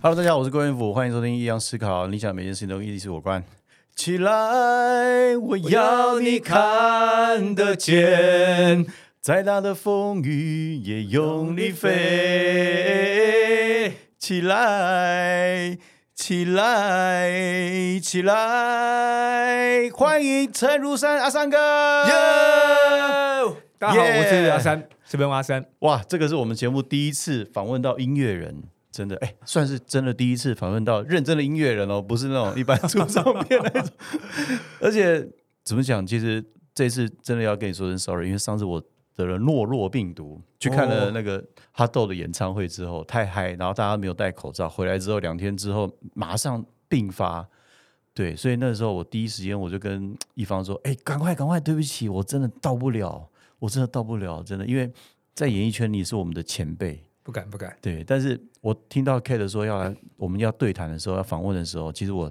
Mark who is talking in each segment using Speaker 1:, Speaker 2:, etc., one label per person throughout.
Speaker 1: Hello，大家好，我是郭元甫，欢迎收听《一样思考》，你想每件事情都一起我关。起来，我要你看得见，再大的风雨也用力飞。起来，起来，起来！欢迎陈如山阿三哥。
Speaker 2: 大家好，我是
Speaker 1: Yeah
Speaker 2: 阿三，这边阿三。
Speaker 1: 哇，这个是我们节目第一次访问到音乐人，真的，哎，算是真的第一次访问到认真的音乐人哦，不是那种一般 出唱片那种。 而且怎么讲，其实这次真的要跟你说声 sorry，因为上次我得了诺若病毒，去看了那个哈豆的演唱会之后太嗨，然后大家没有戴口罩，回来之后两天之后马上病发。对，所以那时候我第一时间我就跟一方说：“哎、赶快赶快，对不起，我真的到不了，我真的到不了，真的，因为在演艺圈你是我们的前辈，
Speaker 2: 不敢不敢，
Speaker 1: 对。但是我听到 Kate 说要来，我们要对谈的时候，要访问的时候，其实我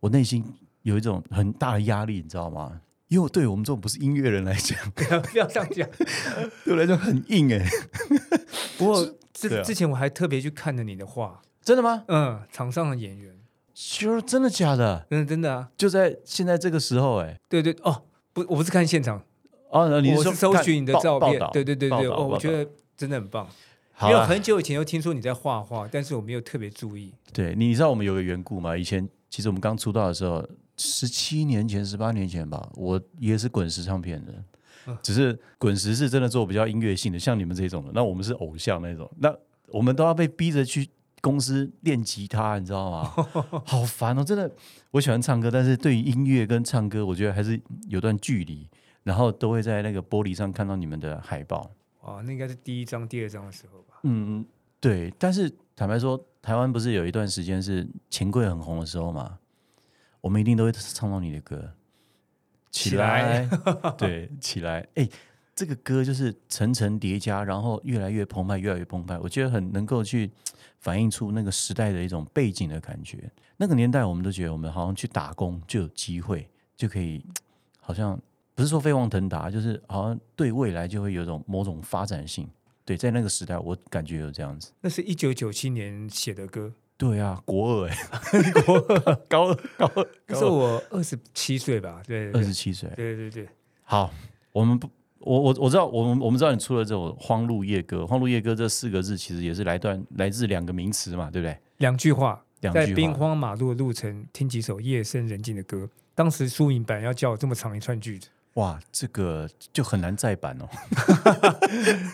Speaker 1: 我内心有一种很大的压力，你知道吗？因为我对我们这种不是音乐人来讲，
Speaker 2: 不要不要这样讲。
Speaker 1: 对我来讲很硬哎、
Speaker 2: 不过
Speaker 1: 对
Speaker 2: 之
Speaker 1: 啊
Speaker 2: 之前我还特别去看了你的画，
Speaker 1: 真的吗？
Speaker 2: 嗯，场上的演员，
Speaker 1: sure，真的假的？
Speaker 2: 嗯，真的啊，
Speaker 1: 就在现在这个时候哎、
Speaker 2: 对对哦，不，我不是看现场，
Speaker 1: 哦，你
Speaker 2: 我
Speaker 1: 说
Speaker 2: 是搜
Speaker 1: 看
Speaker 2: 寻你的
Speaker 1: 报
Speaker 2: 照
Speaker 1: 报
Speaker 2: 片
Speaker 1: 道，
Speaker 2: 对对对
Speaker 1: 报
Speaker 2: 对，
Speaker 1: 道
Speaker 2: 哦，
Speaker 1: 报
Speaker 2: 我觉
Speaker 1: 道
Speaker 2: 得真的很棒。
Speaker 1: 好
Speaker 2: 因为
Speaker 1: 啦
Speaker 2: 很久以前就听说你在画画，但是我没有特别注意。
Speaker 1: 对你，你知道我们有个缘故吗？以前其实我们刚出道的时候，十七年前、十八年前吧，我也是滚石唱片的，只是滚石是真的做比较音乐性的，像你们这种的，那我们是偶像那种，那我们都要被逼着去公司练吉他，你知道吗？好烦哦！真的，我喜欢唱歌，但是对于音乐跟唱歌，我觉得还是有段距离。然后都会在那个玻璃上看到你们的海报，
Speaker 2: 哦，那应该是第一章、第二章的时候吧？
Speaker 1: 嗯，对。但是坦白说，台湾不是有一段时间是钱柜很红的时候嘛？我们一定都会唱到你的歌，
Speaker 2: 起来，
Speaker 1: 对，起来。哎、这个歌就是层层叠加，然后越来越澎湃，越来越澎湃。我觉得很能够去反映出那个时代的一种背景的感觉。那个年代，我们都觉得我们好像去打工就有机会，就可以，好像不是说飞黄腾达，就是好像对未来就会有一种某种发展性。对，在那个时代，我感觉有这样子。
Speaker 2: 那是一九九七年写的歌，
Speaker 1: 对啊，国二哎、 国二高二高二
Speaker 2: 那时候我二十七岁吧？对
Speaker 1: 二
Speaker 2: 对
Speaker 1: 十七岁。
Speaker 2: 对对对，
Speaker 1: 好，我们不，我我我知道，我们我们知道你出了这首《荒路夜歌》，《荒路夜歌》这四个字其实也是来段来自两个名词嘛，对不对？
Speaker 2: 两句话，
Speaker 1: 两
Speaker 2: 在
Speaker 1: 句
Speaker 2: 兵
Speaker 1: 话。
Speaker 2: 荒马路的路程，听几首夜深人静的歌。当时苏影版要叫我这么长一串句子，
Speaker 1: 哇，这个就很难再版哦。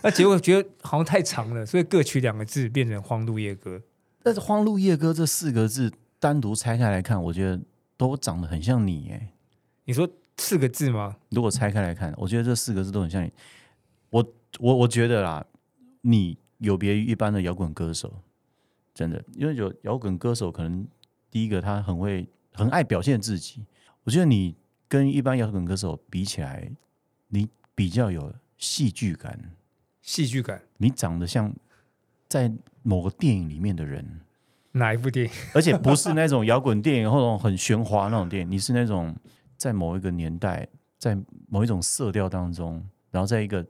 Speaker 2: 那结果觉得好像太长了，所以各取两个字变成《荒路夜歌》。
Speaker 1: 但是《荒路夜歌》这四个字单独拆开来看，我觉得都长得很像你哎。
Speaker 2: 你说四个字吗？
Speaker 1: 如果拆开来看，我觉得这四个字都很像你。我我我觉得啦，你有别于一般的摇滚歌手，真的，因为有摇滚歌手可能第一个他很会很爱表现自己。我觉得你跟一般摇滚歌手比起来，你比较有戏剧感，
Speaker 2: 戏剧感
Speaker 1: 你长得像在某个电影里面的人，
Speaker 2: 哪一部电影？
Speaker 1: 而且不是那种摇滚电影或那种很喧哗那种电影，你是那种在某一个年代，在某一种色调当中，然后在一个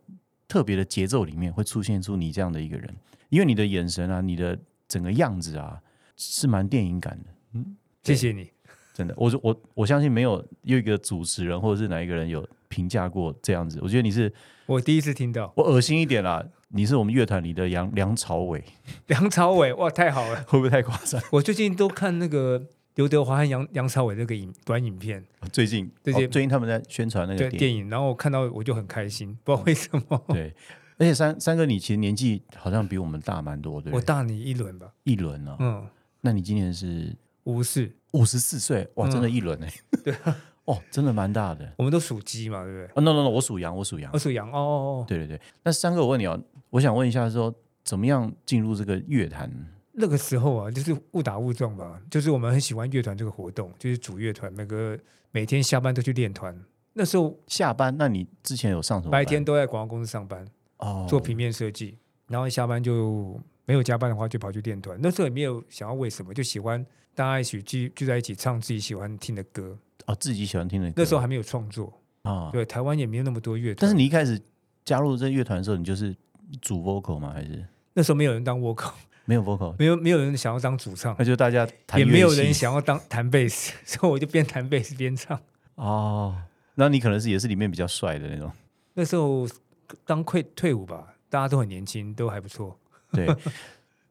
Speaker 1: 特别的节奏里面，会出现出你这样的一个人，因为你的眼神啊，你的整个样子啊，是蛮电影感的。
Speaker 2: 谢谢你。
Speaker 1: 真的，我我我相信没有有一个主持人或者是哪一个人有评价过这样子。我觉得你是
Speaker 2: 我第一次听到
Speaker 1: 我恶心一点啦，你是我们乐坛里的梁梁朝伟，
Speaker 2: 梁朝伟，哇，太好了！
Speaker 1: 会不会太夸张？
Speaker 2: 我最近都看那个刘德华和杨杨朝伟那个影短影片，
Speaker 1: 最近
Speaker 2: 最近
Speaker 1: 哦最近他们在宣传那个
Speaker 2: 对
Speaker 1: 电影。
Speaker 2: 电影，然后我看到我就很开心，不知道为什么。
Speaker 1: 对，而且三三哥，你其实年纪好像比我们大蛮多，对不
Speaker 2: 我
Speaker 1: 对？
Speaker 2: 大你一轮吧，
Speaker 1: 一轮哦，
Speaker 2: 嗯，
Speaker 1: 那你今年是
Speaker 2: 无视，
Speaker 1: 五十四岁，哇，
Speaker 2: 嗯啊
Speaker 1: 真的一轮哎、 对， 哦，真的蛮大的。
Speaker 2: 我们都属鸡嘛，对不对？
Speaker 1: 哦，no no no，我属羊，我属羊
Speaker 2: 我。属羊，哦哦哦，
Speaker 1: 对对对，那三哥，我问你哦，我想问一下说，怎么样进入这个乐坛？
Speaker 2: 那个时候啊，就是误打误撞吧，就是我们很喜欢乐团这个活动，就是组乐团，每个每天下班都去练团。那时候
Speaker 1: 下班，那你之前有上什么班
Speaker 2: 白天都在广告公司上班，
Speaker 1: 哦
Speaker 2: 做平面设计，然后下班就没有加班的话，就跑去练团。那时候也没有想要为什么，就喜欢大家一起聚聚在一起唱自己喜欢听的歌。
Speaker 1: 哦，自己喜欢听的歌。
Speaker 2: 那时候还没有创作，
Speaker 1: 啊，
Speaker 2: 对，台湾也没有那么多乐团。
Speaker 1: 但是你一开始加入这乐团的时候，你就是主 vocal 吗？还是
Speaker 2: 那时候没有人当 vocal，
Speaker 1: 没有 vocal，
Speaker 2: 没有没有人想要当主唱
Speaker 1: 那，就大家 弹
Speaker 2: 也没有
Speaker 1: 乐器
Speaker 2: 人想要当弹贝斯， 所以我就边弹贝斯边唱。
Speaker 1: 哦。那你可能是也是里面比较帅的那种，
Speaker 2: 那时候刚退退伍吧，大家都很年轻，都还不错。
Speaker 1: 对。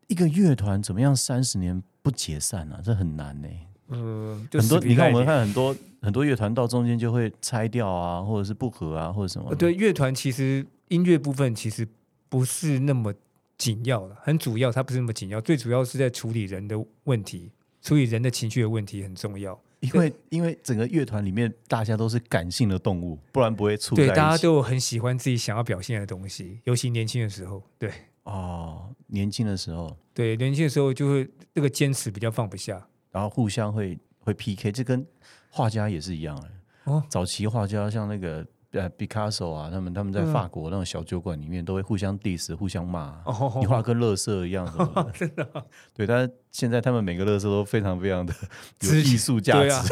Speaker 1: 一个乐团怎么样三十年不解散啊？这很难呢、
Speaker 2: 嗯、就
Speaker 1: 很多
Speaker 2: 死皮
Speaker 1: 你看
Speaker 2: 赖
Speaker 1: 我们
Speaker 2: 脸
Speaker 1: 看很多很多乐团到中间就会拆掉啊，或者是不合啊，或者什么。
Speaker 2: 呃对乐团其实音乐部分其实不是那么紧要了，很主要，它不是那么紧要，最主要是在处理人的问题，处理人的情绪的问题很重要。
Speaker 1: 因为因为整个乐团里面大家都是感性的动物，不然不会处在
Speaker 2: 对，
Speaker 1: 一起。
Speaker 2: 大家都有很喜欢自己想要表现的东西，尤其年轻的时候，对
Speaker 1: 哦，年轻的时候，
Speaker 2: 对，年轻的时候就会这个坚持比较放不下。
Speaker 1: 然后互相会会 PK，这跟画家也是一样哎、
Speaker 2: 哦
Speaker 1: 早期画家像那个呃 Picasso 啊，他们他们在
Speaker 2: 嗯
Speaker 1: 法国那种小酒馆里面都会互相 diss、互相骂啊、
Speaker 2: 哦
Speaker 1: 你画跟乐色一样什 么的，真的、对，但是现在他们每个乐色都非常非 常的有
Speaker 2: 知
Speaker 1: 艺术价
Speaker 2: 对
Speaker 1: 值。
Speaker 2: 啊，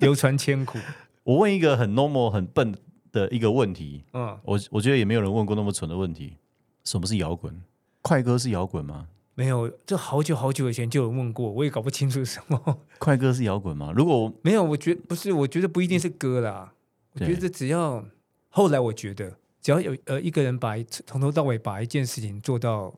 Speaker 2: 流传千古。
Speaker 1: 我问一个很 normal、很笨的一个问题，
Speaker 2: 嗯，
Speaker 1: 我我觉得也没有人问过那么蠢的问题：什么是摇滚？快歌是摇滚吗？
Speaker 2: 没有，这好久好久以前就有人问过，我也搞不清楚是什么。
Speaker 1: 快歌是摇滚吗？如果我
Speaker 2: 没有，我觉不是，我觉得不一定是歌啦。我
Speaker 1: 对
Speaker 2: 觉得只要后来，我觉得只要有呃一个人把一从头到尾把一件事情做到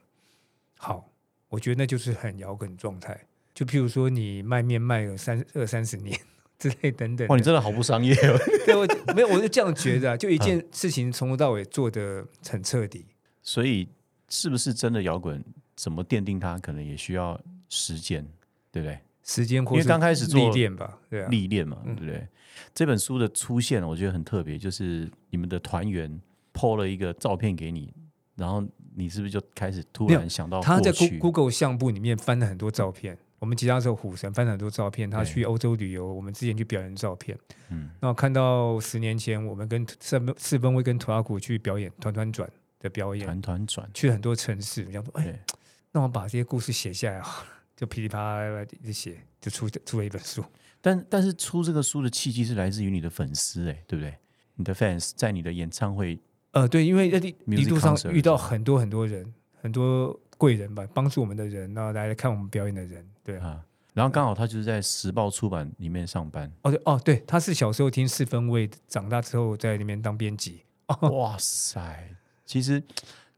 Speaker 2: 好，我觉得那就是很摇滚状态。就譬如说，你卖面卖了三二 三十年之类等等的，
Speaker 1: 哇，你真的好不商业哦。
Speaker 2: 对我没有，我就这样觉得啊、就一件
Speaker 1: 嗯
Speaker 2: 事情从头到尾做的很彻底。
Speaker 1: 所以是不是真的摇滚？怎么奠定它？可能也需要时间，对不对？
Speaker 2: 时间或
Speaker 1: 因为
Speaker 2: 是
Speaker 1: 刚开始做
Speaker 2: 历练吧，对啊，
Speaker 1: 历练嘛，对
Speaker 2: 嗯
Speaker 1: 不对？这本书的出现，我觉得很特别，就是你们的团员 PO 了一个照片给你，然后你是不是就开始突
Speaker 2: 没
Speaker 1: 然想到
Speaker 2: 他
Speaker 1: 过
Speaker 2: 在
Speaker 1: 去
Speaker 2: Goo-？Google 相簿里面翻了很多照片。我们吉他手虎神翻了很多照片，他
Speaker 1: 对
Speaker 2: 去欧洲旅游，我们之前去表演的照片。
Speaker 1: 嗯，
Speaker 2: 然后看到十年前我们跟四分四分卫跟土阿古去表演团团转的表演，
Speaker 1: 团团转，
Speaker 2: 去很多城市，我想说，哎
Speaker 1: 对，
Speaker 2: 那我把这些故事写下来好了，就噼里啪啦一直写，就出出了一本书。
Speaker 1: 但但是出这个书的契机是来自于你的粉丝、哎，对不对？你的 fans 在你的演唱会，
Speaker 2: 呃，对，因为在一
Speaker 1: Music
Speaker 2: 一路上
Speaker 1: concert
Speaker 2: 遇到很多很多人，很多贵人吧，帮助我们的人，然后来看我们表演的人，对啊。
Speaker 1: 啊，然后刚好他就是在时报出版里面上班，
Speaker 2: 哦对哦对，他是小时候听四分卫，长大之后在里面当编辑。
Speaker 1: 哇塞！其实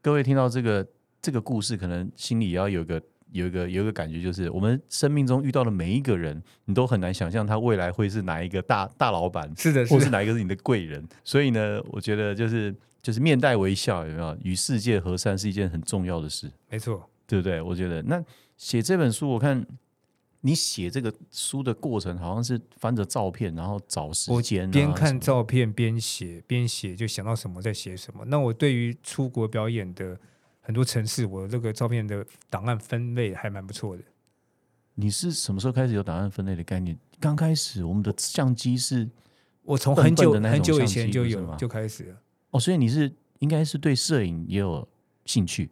Speaker 1: 各位听到这个这个故事，可能心里也要有一个有一个有一个感觉，就是我们生命中遇到的每一个人，你都很难想象他未来会是哪一个大大老板，
Speaker 2: 是的，是
Speaker 1: 或
Speaker 2: 的
Speaker 1: 是，哪一个是你的贵人。所以呢，我觉得就是就是面带微笑，有没有与世界和善是一件很重要的事，
Speaker 2: 没错。
Speaker 1: 对不对？我觉得那写这本书，我看。你写这个书的过程，好像是翻着照片，然后找时
Speaker 2: 我
Speaker 1: 间、啊，
Speaker 2: 边看
Speaker 1: 什么
Speaker 2: 照片边写，边写就想到什么再写什么。那我对于出国表演的很多城市，我这个照片的档案分类还蛮不错的。
Speaker 1: 你是什么时候开始有档案分类的概念？刚开始我们的相机是
Speaker 2: 我从
Speaker 1: 笨
Speaker 2: 很久
Speaker 1: 笨的那
Speaker 2: 很
Speaker 1: 种
Speaker 2: 久以
Speaker 1: 相
Speaker 2: 前
Speaker 1: 机
Speaker 2: 就
Speaker 1: 不是
Speaker 2: 有
Speaker 1: 吗
Speaker 2: 就开始了。
Speaker 1: 哦，所以你是应该是对摄影也有兴趣，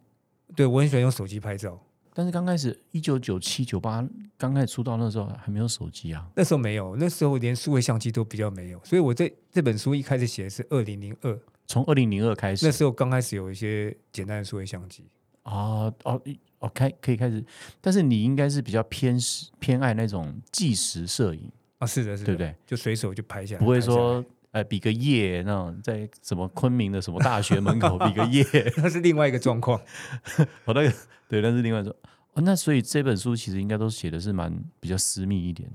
Speaker 2: 对我很喜欢用手机拍照，
Speaker 1: 但是刚开始一九九七九八刚开始出道那时候还没有手机啊，
Speaker 2: 那时候没有，那时候连数位相机都比较没有，所以我这这本书一开始写的是二零零二，
Speaker 1: 从二零零二开
Speaker 2: 那
Speaker 1: 始
Speaker 2: 时候刚开始有一些简单的数位相机。
Speaker 1: 啊哦一哦开可以开始，但是你应该是比较偏时偏爱那种纪实摄影，
Speaker 2: 啊，是的，是的，
Speaker 1: 对不对？
Speaker 2: 就随手就拍下来，
Speaker 1: 不会
Speaker 2: 拍下
Speaker 1: 说呃比个耶那种在什么昆明的什么大学门口比个耶，
Speaker 2: 来那是另外一个状况。
Speaker 1: 我哦那个对，但是另外说哦，那所以这本书其实应该都写的是蛮比较私密一点。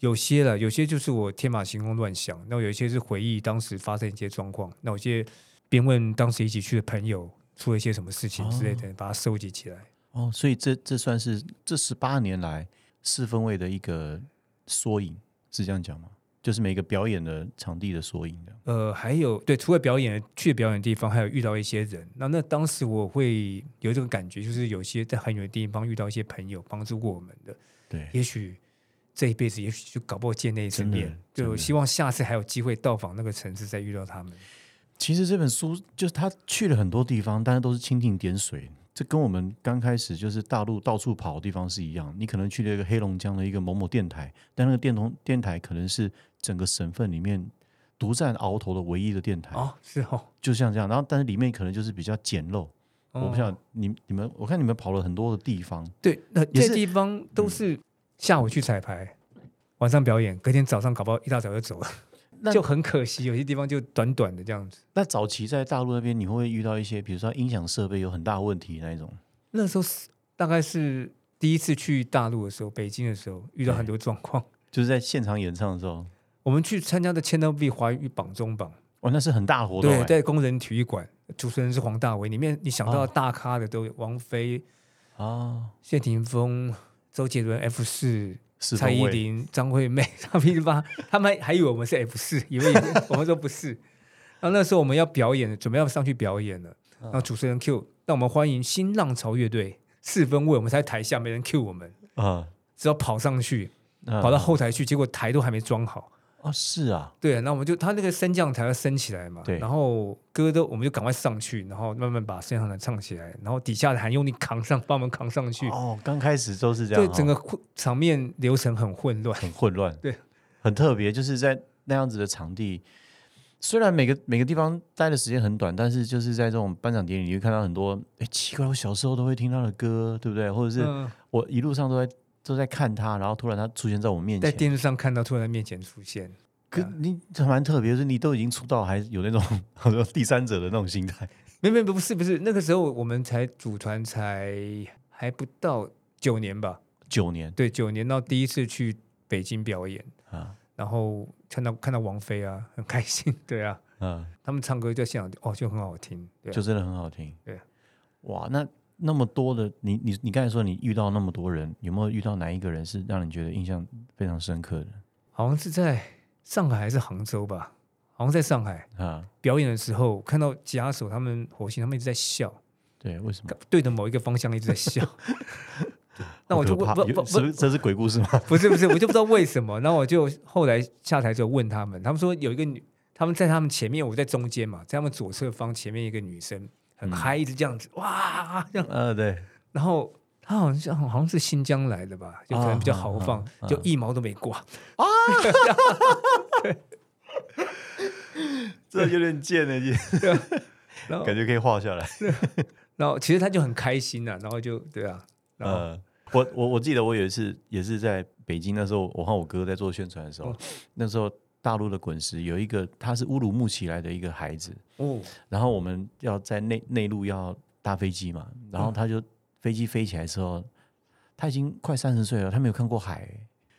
Speaker 2: 有些了，有些就是我天马行空乱想，那有一些是回忆当时发生一些状况，那有些边问当时一起去的朋友出了一些什么事情之类的，把它收集起来。
Speaker 1: 哦，所以这这算是这十八年来四分卫的一个缩影，是这样讲吗？就是每个表演的场地的缩影的。
Speaker 2: 呃，还有对，除了表演去表演的地方，还有遇到一些人。那那当时我会有这种感觉，就是有些在很远的地方遇到一些朋友帮助过我们的，
Speaker 1: 对，
Speaker 2: 也许这一辈子，也许就搞不好见那一次
Speaker 1: 真的
Speaker 2: 面，
Speaker 1: 真
Speaker 2: 就
Speaker 1: 的
Speaker 2: 希望下次还有机会到访那个城市再遇到他们。
Speaker 1: 其实这本书就是他去了很多地方，但是都是蜻蜓点水。这跟我们刚开始就是大陆到处跑的地方是一样。你可能去了一个黑龙江的一个某某电台，但那个电通电台可能是整个省份里面独占鳌头的唯一的电台，
Speaker 2: 哦，是哦，
Speaker 1: 就像这样。然后，但是里面可能就是比较简陋，我不
Speaker 2: 哦
Speaker 1: 想你你们，我看你们跑了很多的地方，
Speaker 2: 对，那
Speaker 1: 也
Speaker 2: 这
Speaker 1: 是嗯
Speaker 2: 地方都是下午去彩排，晚上表演，隔天早上搞不好一大早就走了，
Speaker 1: 那
Speaker 2: 就很可惜。有些地方就短短的这样子。
Speaker 1: 那早期在大陆那边，你会不会遇到一些，比如说音响设备有很大问题那一种？
Speaker 2: 那时候是大概是第一次去大陆的时候，北京的时候遇到很多状况。
Speaker 1: 就是在现场演唱的时候，
Speaker 2: 我们去参加的 Channel V 华语榜中榜，
Speaker 1: 哇，哦那是很大的活动、
Speaker 2: 对，
Speaker 1: 欸。
Speaker 2: 在工人体育馆，主持人是黄大炜，里面你想到
Speaker 1: 哦
Speaker 2: 的大咖的都有，王菲、
Speaker 1: 啊，
Speaker 2: 谢霆锋、周杰伦、F 四、
Speaker 1: 是
Speaker 2: 蔡依林、张惠妹、 他们一八，他们还以为我们是 F 四，以为我们说不是。然后那时候我们要表演，准备要上去表演了，
Speaker 1: 嗯
Speaker 2: 然后主持人 Q，让我们欢迎新浪潮乐队四分位，我们才台下没人 Q 我们，
Speaker 1: 啊，
Speaker 2: 只好跑上去，
Speaker 1: 啊
Speaker 2: 跑到后台去，结果台都还没装好。
Speaker 1: 啊，是啊，
Speaker 2: 对，那我们就他那个升降台要升起来嘛，
Speaker 1: 对
Speaker 2: 然后歌都我们就赶快上去，然后慢慢把升降台唱起来，然后底下的还用力扛上，帮我们扛上去。
Speaker 1: 哦，刚开始都是这样
Speaker 2: 对
Speaker 1: 哦，，
Speaker 2: 整个混场面流程很混乱。
Speaker 1: 很混乱，
Speaker 2: 对，
Speaker 1: 很特别，就是在那样子的场地。虽然每个每个地方待的时间很短，但是就是在这种颁奖典礼，你会看到很多哎奇怪，我小时候都会听他的歌，对不对？或者是
Speaker 2: 嗯，
Speaker 1: 我一路上都在都在看他，然后突然他出现在我面
Speaker 2: 在
Speaker 1: 前，
Speaker 2: 电视上看到突然在面前出现，
Speaker 1: 可你这蛮特别，就是你都已经出道，还有那种好像第三者的那种心态
Speaker 2: 没没不是不是，那个时候我们才组团才还不到九年吧，
Speaker 1: 九年
Speaker 2: 对，九年到第一次去北京表演，
Speaker 1: 啊
Speaker 2: 然后看到看到王菲啊，很开心， 对啊，
Speaker 1: 啊，
Speaker 2: 他们唱歌在现场哦就很好听，对啊、
Speaker 1: 就真的很好听。
Speaker 2: 对，
Speaker 1: 哇，那那么多的你你你刚才说你遇到那么多人，有没有遇到哪一个人是让你觉得印象非常深刻
Speaker 2: 好像是在上海还是杭州吧，好像在上海
Speaker 1: 的啊？
Speaker 2: 表演的时候看到吉他手他们火星他们一直在笑，
Speaker 1: 对，为什么？
Speaker 2: 对着某一个方向一直 在笑，那我就
Speaker 1: 好可
Speaker 2: 问
Speaker 1: 怕
Speaker 2: 不
Speaker 1: 有
Speaker 2: 不不
Speaker 1: 是这是鬼故事 吗？
Speaker 2: 不是不是，我就不知道为什么。然后我就后来下台之后问他们，他们说有一个女，他们在他们前面，我在中间嘛，在他们左侧方前面一个女生很嗨，一直这样子哇这样。
Speaker 1: 呃，对，
Speaker 2: 然后她好像是好像是新疆来的吧，就可能比较豪放，
Speaker 1: 啊啊啊
Speaker 2: 就一毛都没 刮。
Speaker 1: 这有点贱了，
Speaker 2: 然 后
Speaker 1: 感觉可以画下来。
Speaker 2: 然后其实她就很开心呐、然后就对啊， 然后、
Speaker 1: 呃，我我我记得我有一次也是在北京那时候，我和我哥在做宣传的时
Speaker 2: 嗯
Speaker 1: 候，那时候大陆的滚石有一个他是乌鲁木齐来的一个孩子，
Speaker 2: 哦
Speaker 1: 然后我们要在内内陆要搭飞机嘛，然
Speaker 2: 嗯
Speaker 1: 后他就飞机飞起来之后，他已经快三十岁了，他没有看过海、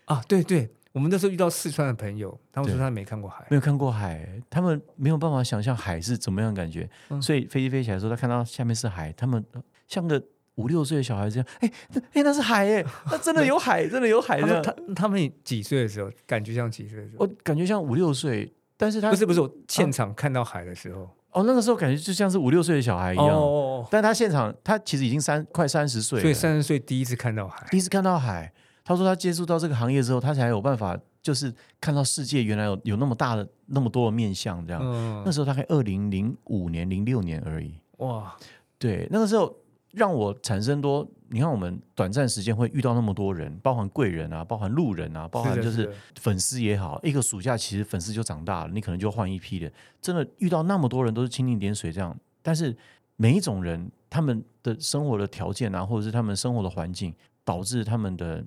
Speaker 2: 啊对对，我们那时候遇到四川的朋友，他们说
Speaker 1: 对
Speaker 2: 他没看过海，
Speaker 1: 没有看过海、他们没有办法想象海是怎么样的感觉，
Speaker 2: 嗯
Speaker 1: 所以飞机飞起来的时候，他看到下面是海，他们像个五六岁的小孩子一样，哎、那哎、那是海哎、那 真的有海，真的有海
Speaker 2: 他
Speaker 1: 的
Speaker 2: 说。他他们几岁的时候，感觉像几岁的时候。
Speaker 1: 我感觉像五六岁，但是他
Speaker 2: 不是不是，我现场看到海的时候，
Speaker 1: 哦，那个时候感觉就像是五六岁的小孩一样，
Speaker 2: 哦
Speaker 1: 但他现场他其实已经三快三十岁
Speaker 2: 所以
Speaker 1: 了，
Speaker 2: 三十岁第一次看到海，
Speaker 1: 第一次看到海。他说他接触到这个行业之后，他才有办法就是看到世界原来有有那么大的那么多的面相这样。
Speaker 2: 嗯
Speaker 1: 啊那，时候大概二零零五年、零六年而已。
Speaker 2: 哇，
Speaker 1: 对，那个时候让我产生多，你看我们短暂时间会遇到那么多人，包含贵人啊，包含路人啊，包含
Speaker 2: 的
Speaker 1: 就是
Speaker 2: 的
Speaker 1: 粉丝也好，一个暑假其实粉丝就长大了，你可能就换一批的。真的遇到那么多人都是蜻蜓点水这样，但是每一种人他们的生活的条件啊，或者是他们生活的环境，导致他们的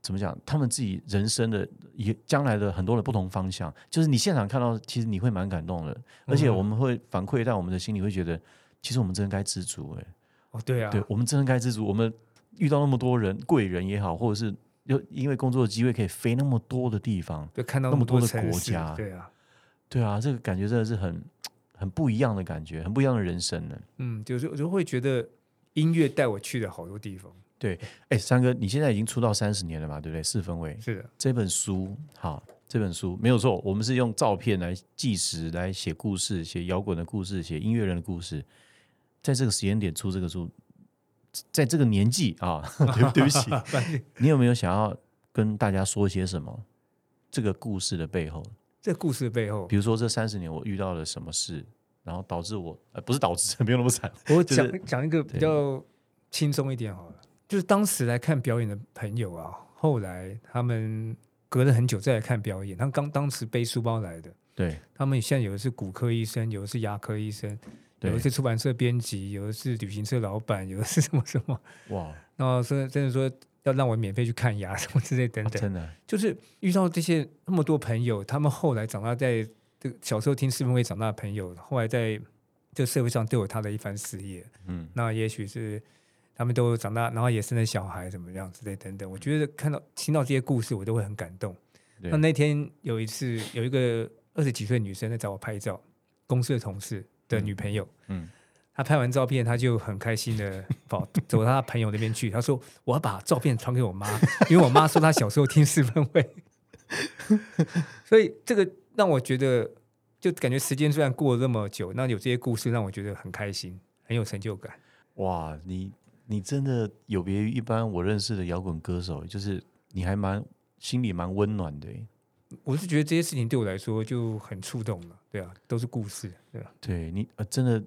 Speaker 1: 怎么讲，他们自己人生的也将来的很多的不同方向。就是你现场看到，其实你会蛮感动
Speaker 2: 嗯
Speaker 1: 的，而且我们会反馈在我们的心里，会觉得其实我们真的该知足哎、
Speaker 2: 哦，对啊，
Speaker 1: 对我们真的该知足。我们遇到那么多人，贵人也好，或者是又因为工作的机会可以飞那么多的地方。
Speaker 2: 就看到
Speaker 1: 那么多的
Speaker 2: 多城
Speaker 1: 国
Speaker 2: 市
Speaker 1: 家
Speaker 2: 对啊，
Speaker 1: 对啊，这个感觉真的是很很不一样的感觉，很不一样的人生呢。
Speaker 2: 嗯，就是我就会觉得音乐带我去了好多地方，
Speaker 1: 哎，三哥，你现在已经出道三十年了嘛，对不对？四分位
Speaker 2: 是的，
Speaker 1: 这本书，好，这本书没有错，我们是用照片来纪实，来写故事，写摇滚的故事，写音乐人的故事。在这个时间点出这个书，在这个年纪啊， 对对不起，你有没有想要跟大家说些什么？这个故事的背后，
Speaker 2: 这故事背后
Speaker 1: 比，如说这三十年我遇到了什么事，然后导致我呃不是导致， 没有那么惨，就
Speaker 2: 我讲
Speaker 1: 是
Speaker 2: 讲一个比较轻松一点好了，就是当时来看表演的朋友啊，后来他们隔了很久再来看表演，他们刚当时背书包来的，
Speaker 1: 对
Speaker 2: 他们现在有的是骨科医生，有的是牙科医生，有的
Speaker 3: 对
Speaker 2: 是出版社编辑，有的是旅行社老板，有的是什么什么，
Speaker 1: 哇，啊
Speaker 2: 然后说真的说要让我免费去看牙什么之类等等，
Speaker 1: 哦真的
Speaker 2: 就是遇到这些那么多朋友，他们后来长大在这个小时候听四分会长大的朋友，后来在这社会上都有他的一番事业。
Speaker 1: 嗯，
Speaker 2: 那也许是他们都长大，然后也生了小孩，怎么样之类等等。我觉得看到听到这些故事，我都会很感动。
Speaker 1: 嗯对
Speaker 2: 那那天有一次，有一个二十几岁的女生在找我拍照，公司的同事的女朋友，
Speaker 1: 嗯
Speaker 2: 她拍完照片，她就很开心的跑走到她朋友那边去，她说：“我要把照片传给我妈，因为我妈说她小时候听四分会。” 所以这个让我觉得，就感觉时间虽然过了那么久，那有这些故事让我觉得很开心，很有成就感。
Speaker 1: 哇，你你真的有别于一般我认识的摇滚歌手，就是你还蛮心里蛮温暖的耶。欸
Speaker 2: 我是觉得这些事情对我来说就很触动了，对啊，都是故事，对啊，
Speaker 1: 对你呃，真的，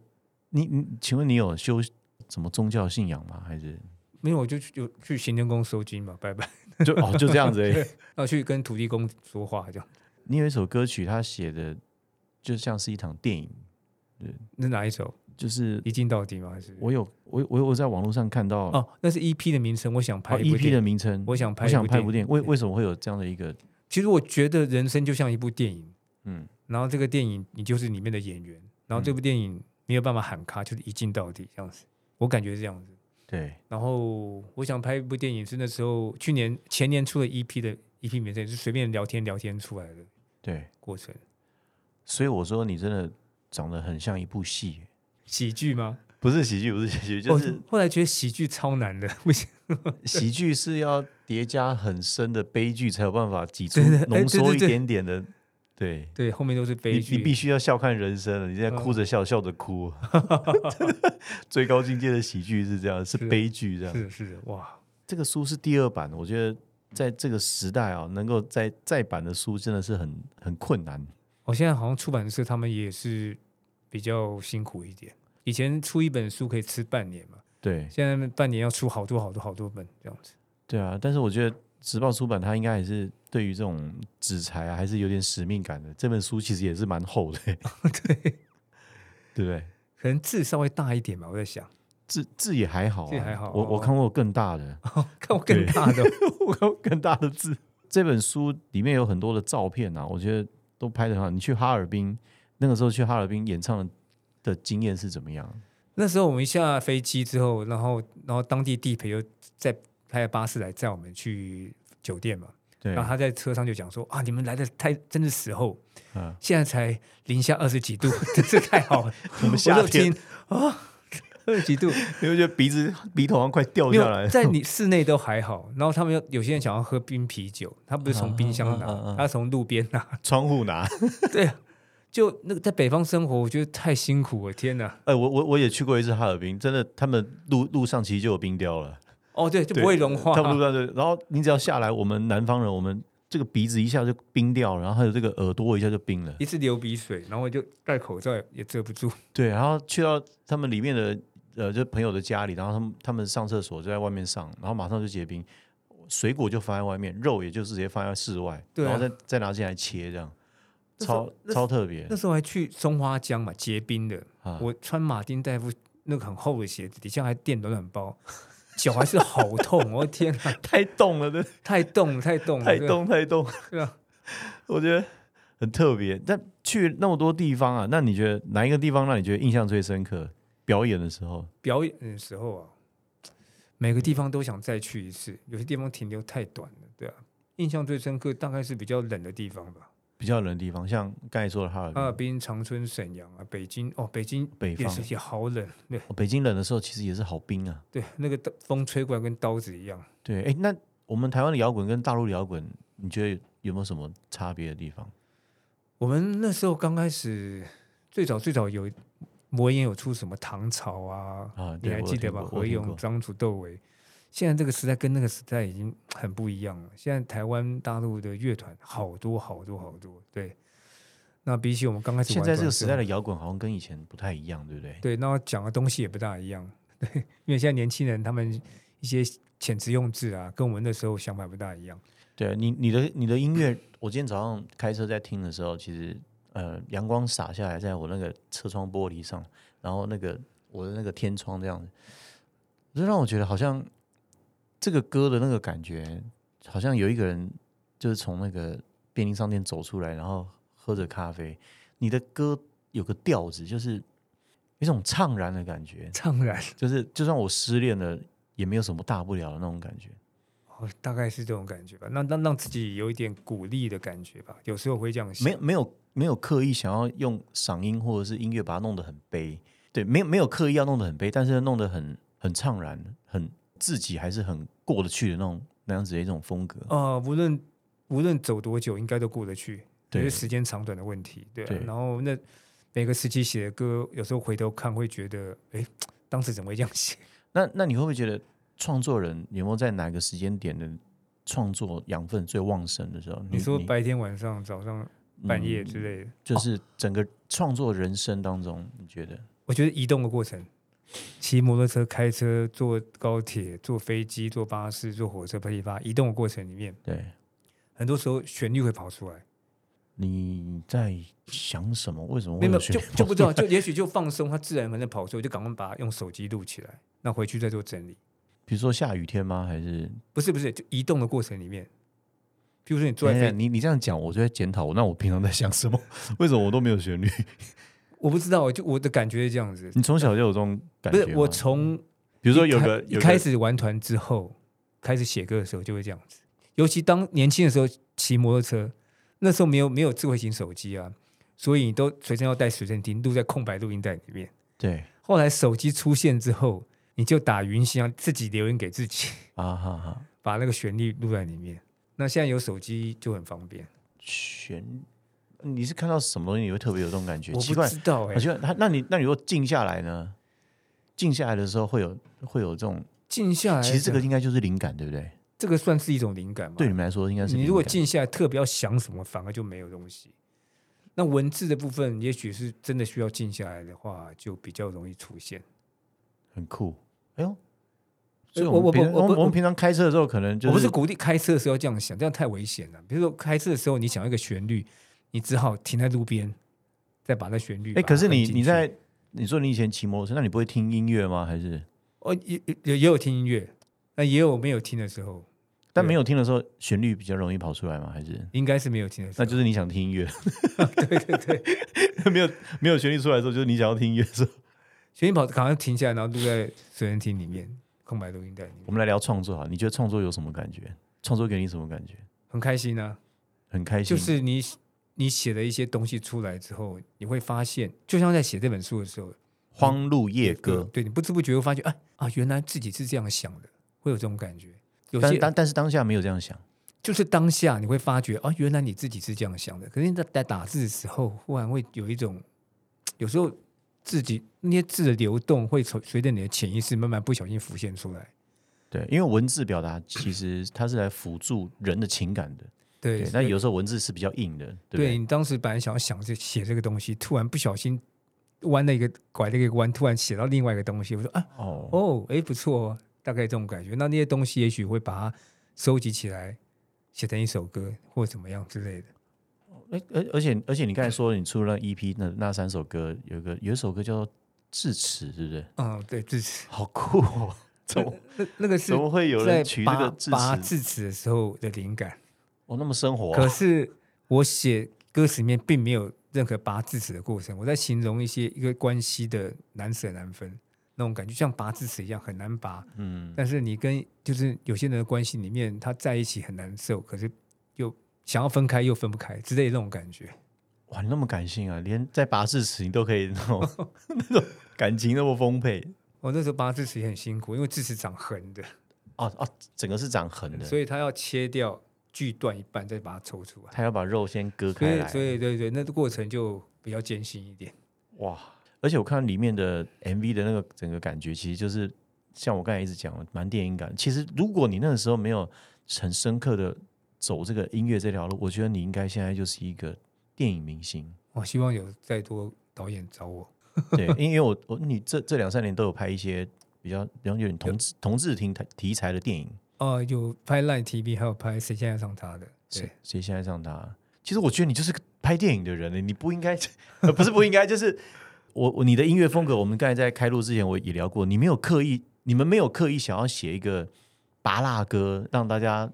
Speaker 1: 你你，请问你有修什么宗教信仰吗？还是
Speaker 2: 没有我就去有去行天宫收金嘛，拜 拜，
Speaker 1: 就哦就这样子而已？
Speaker 2: 然后去跟土地公说话这样。
Speaker 1: 你有一首歌曲，他写的就像是一场电影，
Speaker 2: 那哪一首？
Speaker 1: 就是
Speaker 2: 一镜到底吗？还是
Speaker 1: 我有我我我在网络上看到
Speaker 2: 哦，那是 EP 的名称，我想拍
Speaker 1: 哦
Speaker 2: 一部
Speaker 1: EP
Speaker 2: 电影。
Speaker 1: 的名称，
Speaker 2: 我想拍
Speaker 1: 我想
Speaker 2: 一部
Speaker 1: 拍
Speaker 2: 电
Speaker 1: 部电影，为为什么会有这样的一个
Speaker 2: 其实我觉得人生就像一部电影，
Speaker 1: 嗯
Speaker 2: 然后这个电影你就是里面的演员，然后这部电影没有办法喊卡，就是一镜到底这样子，我感觉是这样子。
Speaker 1: 对
Speaker 2: 然后我想拍一部电影，是那时候去年前年出的 EP 的 EP 名称，是随便聊天聊天出来的
Speaker 1: 对？
Speaker 2: 过程。
Speaker 1: 所以我说你真的长得很像一部戏耶，
Speaker 2: 喜剧吗？
Speaker 3: 不是喜剧，不是喜剧，
Speaker 2: 我
Speaker 3: 就是
Speaker 2: 后来觉得喜剧超难的，不行，
Speaker 1: 喜剧是要叠加很深的悲剧才有办法挤出
Speaker 2: 对对哎
Speaker 1: 浓缩
Speaker 2: 对对
Speaker 1: 一
Speaker 2: 对
Speaker 1: 点点的，对。
Speaker 2: 对，后面都是悲
Speaker 1: 你
Speaker 2: 剧。
Speaker 1: 你必须要笑看人生了，你现在哭着笑，笑着哭， 最高境界的喜剧是这样，是
Speaker 2: 是啊
Speaker 1: 悲剧这样。
Speaker 2: 是的是的，哇，
Speaker 1: 这个书是第二版，我觉得在这个时代啊，能够在再版的书真的是很很困难。
Speaker 2: 我现在好像出版社他们也是比较辛苦一点，以前出一本书可以吃半年嘛，
Speaker 1: 对
Speaker 2: 现在半年要出好多好多好多本这样子。
Speaker 1: 对啊，但是我觉得时报出版它应该还是对于这种纸材啊，还是有点使命感的。这本书其实也是蛮 厚的、对对不对？
Speaker 2: 可能字稍微大一点吧，我在想，
Speaker 1: 字字也还好、啊，
Speaker 2: 字也还好
Speaker 1: 我
Speaker 2: 哦
Speaker 1: 我看过更大的，
Speaker 2: 看我更
Speaker 1: 对
Speaker 2: 大的哦，
Speaker 1: 我看过更大的字。这本书里面有很多的照片啊，我觉得都拍的很好。你去哈尔滨那个时候去哈尔滨演唱的经验是怎么样？
Speaker 2: 那时候我们一下飞机之后，然后然后当地地陪又再开巴士来载我们去酒店嘛，
Speaker 1: 对
Speaker 2: 然后他在车上就讲说啊，你们来的太真是时候，
Speaker 1: 嗯
Speaker 2: 现在才零下二十几度， 真是太好了。
Speaker 1: 我们夏
Speaker 2: 我就
Speaker 1: 天
Speaker 2: 听啊， 二十几度，
Speaker 1: 你会觉得鼻子鼻头好啊像快掉
Speaker 2: 没
Speaker 1: 下
Speaker 2: 有
Speaker 1: 来。
Speaker 2: 在你室内都还好。然后他们有有些人想要喝冰啤酒，他不是从冰箱拿，
Speaker 1: 啊啊啊啊
Speaker 2: 他从路边拿。
Speaker 1: 窗户拿，
Speaker 2: 对啊，就那个在北方生活，我觉得太辛苦了，天哪！
Speaker 1: 哎，我我我也去过一次哈尔滨，真的，他们路路上其实就有冰雕了，
Speaker 2: 哦，对，就
Speaker 1: 对
Speaker 2: 不会融化
Speaker 1: 他。们路上就，然后你只要下来，我们南方人，我们这个鼻子一下就冰掉了，然后还有这个耳朵一下就冰了，
Speaker 2: 一次流鼻水，然后就戴口罩也遮不住。
Speaker 1: 对，然后去到他们里面的呃，就朋友的家里，然后他们他们上厕所就在外面上，然后马上就结冰，水果就放在外面，肉也就是直接放在室外，
Speaker 2: 对啊
Speaker 1: 然后再再拿进来切这样，
Speaker 2: 那时候
Speaker 1: 超
Speaker 2: 那时
Speaker 1: 超特别
Speaker 2: 那时候还去松花江嘛，结冰的，
Speaker 1: 啊！
Speaker 2: 我穿马丁大夫那个很厚的鞋子，底下还垫暖暖包，脚还是好 痛，我的天啊！
Speaker 1: 太冻了，对，
Speaker 2: 太冻了太冻了，
Speaker 1: 太
Speaker 2: 对啊，
Speaker 1: 冻太冻。
Speaker 2: 对啊，
Speaker 1: 我觉得很特别。但去那么多地方啊，那你觉得哪一个地方让你觉得印象最深刻？表演的时候，
Speaker 2: 表演的时候啊，每个地方都想再去一次，有些地方停留太短了，对啊。印象最深刻大概是比较冷的地方吧，
Speaker 1: 比较冷的地方，像刚才说的哈尔滨、
Speaker 2: 哈尔滨、长春、沈阳啊，北京哦，北京
Speaker 1: 嗯北
Speaker 2: 也
Speaker 1: 方、
Speaker 2: 是也好冷，对
Speaker 1: 哦北京冷的时候其实也是好冰啊。
Speaker 2: 对，那个刀风吹过来跟刀子一样。
Speaker 1: 对，哎，那我们台湾的摇滚跟大陆的摇滚，你觉得有没有什么差别的地方？
Speaker 2: 我们那时候刚开始，最早最早有魔岩有出什么唐朝啊，
Speaker 1: 啊
Speaker 2: 你
Speaker 1: 对
Speaker 2: 还
Speaker 1: 我有
Speaker 2: 记得
Speaker 1: 听
Speaker 2: 吧？
Speaker 1: 过我
Speaker 2: 何
Speaker 1: 听
Speaker 2: 勇、
Speaker 1: 过
Speaker 2: 张楚、窦唯。现在这个时代跟那个时代已经很不一样了。现在台湾、大陆的乐团好多好多好多，对。那比起我们刚开始
Speaker 1: 现
Speaker 2: 玩
Speaker 1: 在这
Speaker 2: 团
Speaker 1: 个
Speaker 2: 之
Speaker 1: 时代
Speaker 2: 后
Speaker 1: 的摇滚好像跟以前不太一样，对不对？
Speaker 2: 对，那讲的东西也不大一样，对， 因为现在年轻人他们一些遣词用字啊，跟我们那时候 想法不大一样。
Speaker 1: 对你你的你的音乐，我今天早上开车在听的时候，其实呃阳光洒下来，在我那个车窗玻璃上，然后那个我的那个天窗这样子，这让我觉得好像这个歌的那个感觉，好像有一个人就是从那个便利商店走出来，然后喝着咖啡，你的歌有个调子，就是有一种怅然的感觉，
Speaker 2: 怅然，
Speaker 1: 就是就算我失恋了，也没有什么大不了的那种感觉。
Speaker 2: 哦，大概是这种感觉吧。那让让自己有一点鼓励的感觉吧。有时候会这样想，
Speaker 1: 没有没有没有刻意想要用嗓音或者是音乐把它弄得很悲，对，没有没有刻意要弄得很悲，但是弄得很很怅然，很自己还是很过得去的那种那样子的一种风格。
Speaker 2: 呃，无论无论走多久，应该都过得去，只
Speaker 1: 对
Speaker 2: 是时间长短的问题。对啊、
Speaker 1: 对
Speaker 2: 然后那每个时期写的歌，有时候回头看会觉得，哎，当时怎么会这样写？
Speaker 1: 那那你会不会觉得创作人有没有在哪个时间点的创作养分最旺盛的时候？
Speaker 2: 你说
Speaker 1: 你
Speaker 2: 白天、哦晚上、早上、半夜
Speaker 1: 嗯
Speaker 2: 之类的，
Speaker 1: 就是整个创作人生当中，你觉得？
Speaker 2: 我觉得移动的过程，骑摩托车、开车、坐高铁、坐飞机、坐巴士、坐火车、噼里啪啦，移动的过程里面，
Speaker 1: 对，
Speaker 2: 很多时候旋律会跑出来，
Speaker 1: 你在想什么？为什么
Speaker 2: 没
Speaker 1: 会
Speaker 2: 有
Speaker 1: 有
Speaker 2: 就
Speaker 1: 旋律
Speaker 2: 就不知道，就也 许就放松，它自然而然跑出来，我就赶快把它用手机录起来，那回去再做整理。
Speaker 1: 比如说下雨天吗？还是
Speaker 2: 不是不是，就移动的过程里面，譬如说你坐
Speaker 1: 对
Speaker 2: 在飞，
Speaker 1: 哎你你这样讲，我就在检讨我，那我平常在想什么？ 为什么我都没有旋律？
Speaker 2: 我不知道，就我的感觉是这样子，
Speaker 1: 你从小就有这种感
Speaker 2: 不
Speaker 1: 觉
Speaker 2: 是
Speaker 1: 吗
Speaker 2: 我从
Speaker 1: 比如说有个
Speaker 2: 一
Speaker 1: 有
Speaker 2: 开
Speaker 1: 个
Speaker 2: 始玩团之后，开始写歌的时候就会这样子。尤其当年轻的时候骑摩托车，那时候没有没有智慧型手机啊，所以你都随身要带随身听，录在空白录音带里面。
Speaker 1: 对
Speaker 2: 后来手机出现之后，你就打云箱自己留言给自己，
Speaker 1: 啊哈哈
Speaker 2: 把那个旋律录在里面。那现在有手机就很方便。
Speaker 1: 旋，你是看到什么东西你会特别有这种感觉？
Speaker 2: 我
Speaker 1: 奇
Speaker 2: 不
Speaker 1: 怪，
Speaker 2: 知道哎、
Speaker 1: 很奇怪。他那你那你如果静下来呢？静下来的时候会有会有这种，
Speaker 2: 静下来，
Speaker 1: 其实这个应该就是灵感，对不对？
Speaker 2: 这个算是一种灵感吗？
Speaker 1: 对你们来说应该是
Speaker 2: 你
Speaker 1: 灵
Speaker 2: 如果
Speaker 1: 感
Speaker 2: 静下来，特别要想什么，反而就没有东西。那文字的部分，也许是真的需要静下来的话，就比较容易出现。
Speaker 1: 很酷，哎呦！所以
Speaker 2: 我
Speaker 1: 呃我们
Speaker 2: 我
Speaker 1: 平
Speaker 2: 我
Speaker 1: 我
Speaker 2: 我
Speaker 1: 们我们平常开车的时候，可能就
Speaker 2: 我不是鼓励开车的时候这样想，这样太危险了。比如说开车的时候，你想要一个旋律，你只好停在路边，再把那旋律把
Speaker 1: 哎，
Speaker 2: 它
Speaker 1: 可是
Speaker 2: 哼
Speaker 1: 你
Speaker 2: 进
Speaker 1: 你
Speaker 2: 去
Speaker 1: 在你说你以前骑摩托车，那你不会听音乐吗？还是？
Speaker 2: 哦也也也有听音乐，那也有没有听的时候，
Speaker 1: 但
Speaker 2: 对
Speaker 1: 没有听的时候，旋律比较容易跑出来吗？还是
Speaker 2: 应该是没有听的时候。
Speaker 1: 那就是你想听音 乐？
Speaker 2: 对对对，
Speaker 1: 没有没有旋律出来的时候，就是你想要听音乐的时候。
Speaker 2: 旋律跑赶快停下来，然后录在随身听里面，空白录音带里面，
Speaker 1: 我们来聊创作好了，你觉得创作有什么感觉？创作给你什么感觉？
Speaker 2: 很开心啊。
Speaker 1: 很开心，
Speaker 2: 就是你你写了一些东西出来之后，你会发现，就像在写这本书的时候，
Speaker 1: 荒路夜歌。
Speaker 2: 对你不知不觉会发觉，哎啊，原来自己是这样想的，会有这种感觉。有
Speaker 1: 但
Speaker 2: 些
Speaker 1: 但但是当下没有这样想，
Speaker 2: 就是当下你会发觉，啊，原来你自己是这样想的。可是你在在打字的时候，忽然会有一种，有时候自己那些字的流动会从随着你的潜意识慢慢不小心浮现出来。
Speaker 1: 对，因为文字表达其实它是来辅助人的情感的。
Speaker 2: 对
Speaker 1: 对，，那有时候文字是比较硬的，对不
Speaker 2: 对
Speaker 1: 对？
Speaker 2: 你当时本来想要想这写这个东西，突然不小心弯了一个拐了一个弯，突然写到另外一个东西，我说啊。
Speaker 1: 哦，
Speaker 2: 哦，哎，不错哦，大概这种感觉。那那些东西也许会把它收集起来，写成一首歌或怎么样之类的。
Speaker 1: 而而哎而且而且你刚才说你出了 EP 那那三首歌，有一个有一首歌叫做《智齿》，是不是？
Speaker 2: 嗯，对，智齿，
Speaker 1: 好酷哦！怎么
Speaker 2: 那那个是
Speaker 1: 怎么会有
Speaker 2: 在
Speaker 1: 人取这
Speaker 2: 拔
Speaker 1: 个智
Speaker 2: 拔
Speaker 1: 齿？
Speaker 2: 智齿的时候的灵感。
Speaker 1: 哦，那么生活啊、
Speaker 2: 可是我写歌词里面并没有任何拔智齿的过程，我在形容一些一个关系的难舍难分那种感觉，就像拔智齿一样很难拔。
Speaker 1: 嗯，
Speaker 2: 但是你跟就是有些人的关系里面，他在一起很难受，可是又想要分开又分不开之类的那种感觉。
Speaker 1: 哇，你那么感性啊，连在拔智齿你都可以那种 那种感情那么丰沛
Speaker 2: 我哦那时候拔智齿也很辛苦，因为智齿长横的，
Speaker 1: 哦哦，整个是长横的，
Speaker 2: 所
Speaker 1: 以
Speaker 2: 以它要切掉锯断一半，再把它抽出来。
Speaker 1: 他要把肉先割
Speaker 2: 所
Speaker 1: 开
Speaker 2: 以，
Speaker 1: 来，
Speaker 2: 所以，对对，那个过程就比较艰辛一点。
Speaker 1: 哇！而且我看里面的 MV 的那个整个感觉，其实就是像我刚才一直讲的，蛮电影感。其实如果你那个时候没有很深刻的走这个音乐这条路，我觉得你应该现在就是一个电影明星。
Speaker 2: 我哦希望有再多导演找我。
Speaker 1: 对，因为我我你这这两三年都有拍一些比较比较有点同志同志题题材的电影。
Speaker 2: 哦、有拍 Line TV，还有拍《谁先爱上他》的。
Speaker 1: 谁
Speaker 2: 对，
Speaker 1: 谁先爱上他？其实我觉得你就是个拍电影的人欸了，你不应该，
Speaker 3: 呃不是不应该，就是
Speaker 1: 我我你的音乐风格，我们刚才在开录之前我也聊过，你没有刻意，你们没有刻意想要写一个拔蜡歌让大家，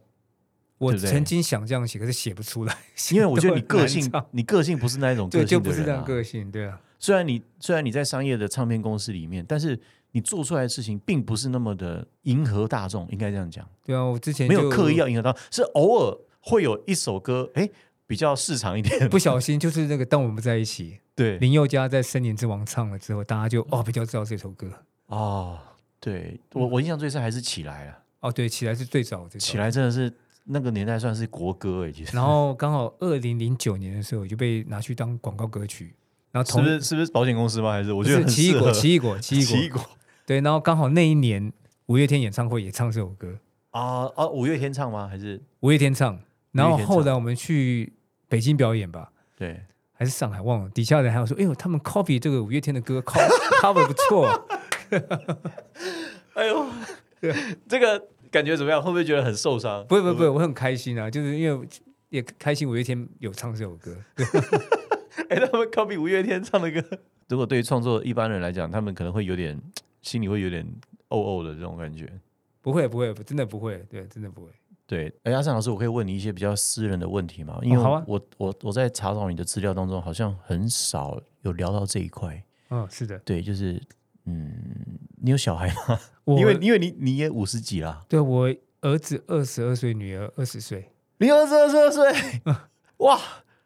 Speaker 2: 我
Speaker 1: 对不对
Speaker 2: 曾经想这样写，可是写不出来，
Speaker 1: 因为我觉得你
Speaker 2: 写得很
Speaker 1: 个
Speaker 2: 难
Speaker 1: 性
Speaker 2: 唱，
Speaker 1: 你个性不是那一种
Speaker 2: 对
Speaker 1: 个
Speaker 2: 就
Speaker 1: 性
Speaker 2: 不
Speaker 1: 的
Speaker 2: 是这
Speaker 1: 人、
Speaker 2: 样
Speaker 1: 啊。
Speaker 2: 个性，对啊，
Speaker 1: 虽然你虽然你在商业的唱片公司里面，但是你做出来的事情并不是那么的迎合大众，应该这样讲。
Speaker 2: 对啊，我之前
Speaker 1: 没有
Speaker 2: 就
Speaker 1: 刻意要迎合到，是偶尔会有一首歌，哎，比较市场一 点。
Speaker 2: 不小心就是那个当我们不在一起，
Speaker 1: 对，嗯
Speaker 2: 林宥嘉在《森林之王》唱了之后，大家就哦比较知道这首歌。
Speaker 1: 哦，对我
Speaker 2: 嗯
Speaker 1: 我印象最深还是起来了，
Speaker 2: 哦，对，起来是最早的。
Speaker 1: 起。来真的是那个年代算是国歌哎，其实
Speaker 2: 哦然后刚好二零零九年的时候，就被拿去当广告歌曲。然后
Speaker 1: 是
Speaker 2: 同
Speaker 1: 不是是不是保险公司吗？还是我
Speaker 2: 不
Speaker 1: 觉得
Speaker 2: 是
Speaker 1: 很
Speaker 2: 奇异
Speaker 1: 适
Speaker 2: 果，
Speaker 1: 合
Speaker 2: 奇异果，奇异果，
Speaker 1: 异果
Speaker 2: 对。然后刚好那一年五月天演唱会也唱这首歌，
Speaker 1: 啊啊！五月天唱吗？还是
Speaker 2: 五月天唱。然
Speaker 1: 五
Speaker 2: 后
Speaker 1: 月天
Speaker 2: 后
Speaker 1: 唱
Speaker 2: 来我们去北京表演吧，
Speaker 1: 对
Speaker 2: 还是上海忘了。底下人还有说：“哎呦，他们 copy 这个五月天的歌，cover cover 不错。
Speaker 1: 哎呦，这个感觉怎么样？会不会觉得很受伤？”
Speaker 2: 不会不会不会，我很开心啊，就是因为也开心五月天有唱这首歌。
Speaker 1: 哎，他们 copy 五月天唱的歌。 如果对于创作一般人来讲，他们可能会有点心里会有点哦哦的这种感觉。
Speaker 2: 不会不会，真的不会，对，真的不会。
Speaker 1: 对，哎，阿善老师，我可以问你一些比较私人的问题吗？因为
Speaker 2: 哦好
Speaker 1: 我、
Speaker 2: 啊
Speaker 1: 我我我在查找你的资料当中，好像很少有聊到这一块。
Speaker 2: 嗯，是的，
Speaker 1: 对，就是嗯，你有小孩吗？
Speaker 2: 我
Speaker 1: 因为因为你你也五十几啦，
Speaker 2: 对我儿子二十二岁，女儿二十岁，
Speaker 1: 你二十二岁岁， 哇，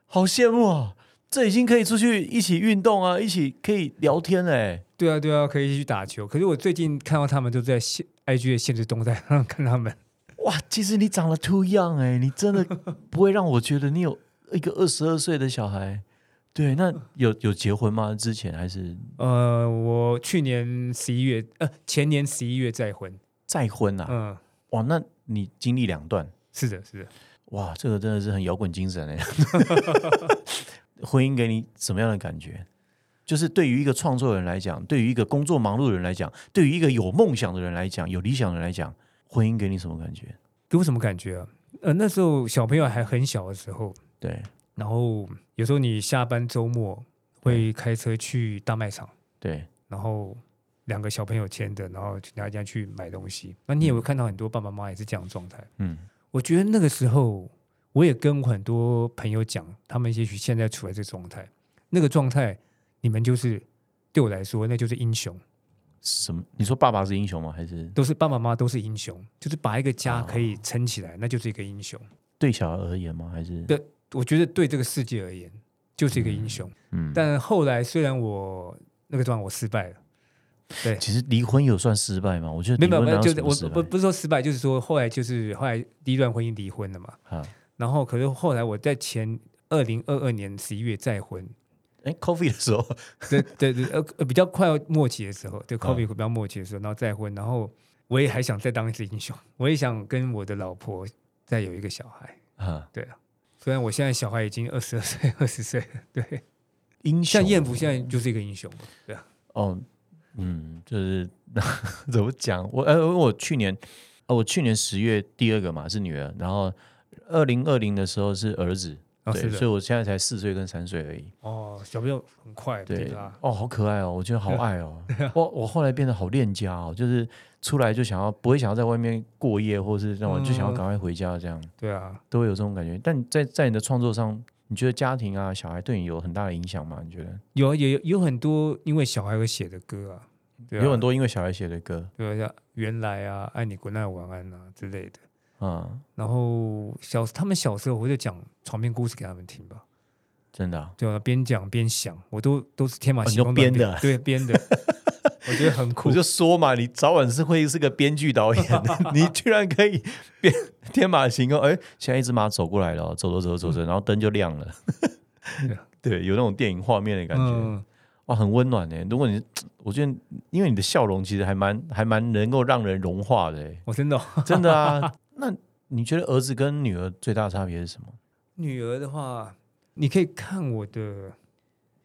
Speaker 1: 好羡慕啊！这已经可以出去一起运动啊，一起可以聊天欸嘞、
Speaker 2: 对啊对啊，可以去打球。可是我最近看到他们都在现 IG 的限制动态上看他们，
Speaker 1: 哇，其实你长得 too young 哎、你真 的不会让我觉得你有一个二十二岁的小孩。对，那有有结婚吗？之前还是
Speaker 2: 呃，我去年十一月，呃，前年十一月再婚，
Speaker 1: 再婚啊？
Speaker 2: 嗯，
Speaker 1: 哇，那你经历两段，
Speaker 2: 是的，是的，
Speaker 1: 哇，这个真的是很摇滚精神哎、 婚姻给你什么样的感觉？就是对于一个创作人来讲，对于一个工作忙碌的人来讲，对于一个有梦想的人来讲，有理想的人来讲，婚姻给你什么感觉？
Speaker 2: 给我什么感觉啊？呃，那时候小朋友还很小的时候，
Speaker 1: 对
Speaker 2: 然后有时候你下班周末会开车去大卖场。
Speaker 1: 对，
Speaker 2: 然后两个小朋友牵着，然后大家去买东西。那你也会看到很多爸爸妈妈也是这样的状态。
Speaker 1: 嗯，
Speaker 2: 我觉得那个时候，我也跟很多朋友讲，他们也许现在处在这个状态，那个状态，你们就是对我来说，那就是英雄，
Speaker 1: 什么？你说爸爸是英雄吗？还是
Speaker 2: 都是爸爸妈妈都是英雄，就是把一个家
Speaker 1: 哦
Speaker 2: 可以撑起来，那就是一个英雄。
Speaker 1: 对小孩而言吗？还是
Speaker 2: 对我觉得对这个世界而言，就是一个英雄。
Speaker 1: 嗯，
Speaker 2: 但后来虽然我那个状态我失败了。
Speaker 1: 其实离婚有算失败吗？我觉得
Speaker 2: 没
Speaker 1: 离
Speaker 2: 有没
Speaker 1: 婚哪
Speaker 2: 有没有，
Speaker 1: 有
Speaker 2: 就
Speaker 1: 什
Speaker 2: 是
Speaker 1: 么
Speaker 2: 我
Speaker 1: 失
Speaker 2: 不
Speaker 1: 败
Speaker 2: 不是说失败，就是说后来就是后来第一段婚姻离婚了嘛，
Speaker 1: 啊？
Speaker 2: 然后可是后来我在前二零二二年十一月 再婚，
Speaker 1: 哎，coffee 的时候，
Speaker 2: 对对对，呃呃比较快要末期的时候，对 COVID 比较末期的时候，然后再婚，然后我也还想再当一次英雄，我也想跟我的老婆再有一个小孩，
Speaker 1: 啊，
Speaker 2: 对啊，虽然我现在小孩已经二十二岁、 二十岁了，对，
Speaker 1: 英雄
Speaker 2: 像艳福现在就是一个英雄嘛，对啊，
Speaker 1: 哦，嗯，就是 怎么讲？我呃，我去年呃，我去年十月第二个嘛是女儿，然后二零二零的时候是儿子，
Speaker 2: 哦
Speaker 1: 对，
Speaker 2: 是
Speaker 1: 所
Speaker 2: 的，
Speaker 1: 以我现在才四岁跟三岁而已。
Speaker 2: 哦，小朋友很快，
Speaker 1: 对，
Speaker 2: 对啊，
Speaker 1: 哦，好可爱哦，我觉得好
Speaker 2: 对
Speaker 1: 爱 哦。我我后来变得好恋家哦，就是出来就想要不会想要在外面过夜，或是让我就想要
Speaker 2: 嗯
Speaker 1: 赶快回家这样。
Speaker 2: 对啊，
Speaker 1: 都会有这种感觉。但在在你的创作上，你觉得家庭啊、小孩对你有很大的影响吗？你觉得、
Speaker 2: 有啊也有有很多因为小孩而写的歌啊，对啊
Speaker 1: 有很多因为小孩写的歌
Speaker 2: 对啊，像原来啊，爱你滚蛋晚安啊之类的。
Speaker 1: 啊、
Speaker 2: 然后小他们小时候，我就讲床边故事给他们听吧，
Speaker 1: 真的、啊。
Speaker 2: 对啊，边讲边想，我都都是天马
Speaker 1: 哦你
Speaker 2: 行
Speaker 1: 都
Speaker 2: 空
Speaker 1: 编
Speaker 2: 编
Speaker 1: 的，
Speaker 2: 对编的， 我觉得很酷
Speaker 1: 我。就说嘛，你早晚是会是个编剧导 演的，你居然可以 编天马行空。哎，现在一只马走过来了哦，走走走走
Speaker 2: 嗯
Speaker 1: 走，然后灯就亮了。 对，有那种电影画面的感觉，
Speaker 2: 嗯，
Speaker 1: 哇，很温暖欸呢。如果你，我觉得，因为你的笑容其实还蛮还蛮能够让人融化的 耶，
Speaker 2: 我真的哦、
Speaker 1: 真的啊。那你觉得儿子跟女儿最大的差别是什么？
Speaker 2: 女儿的话，你可以看我的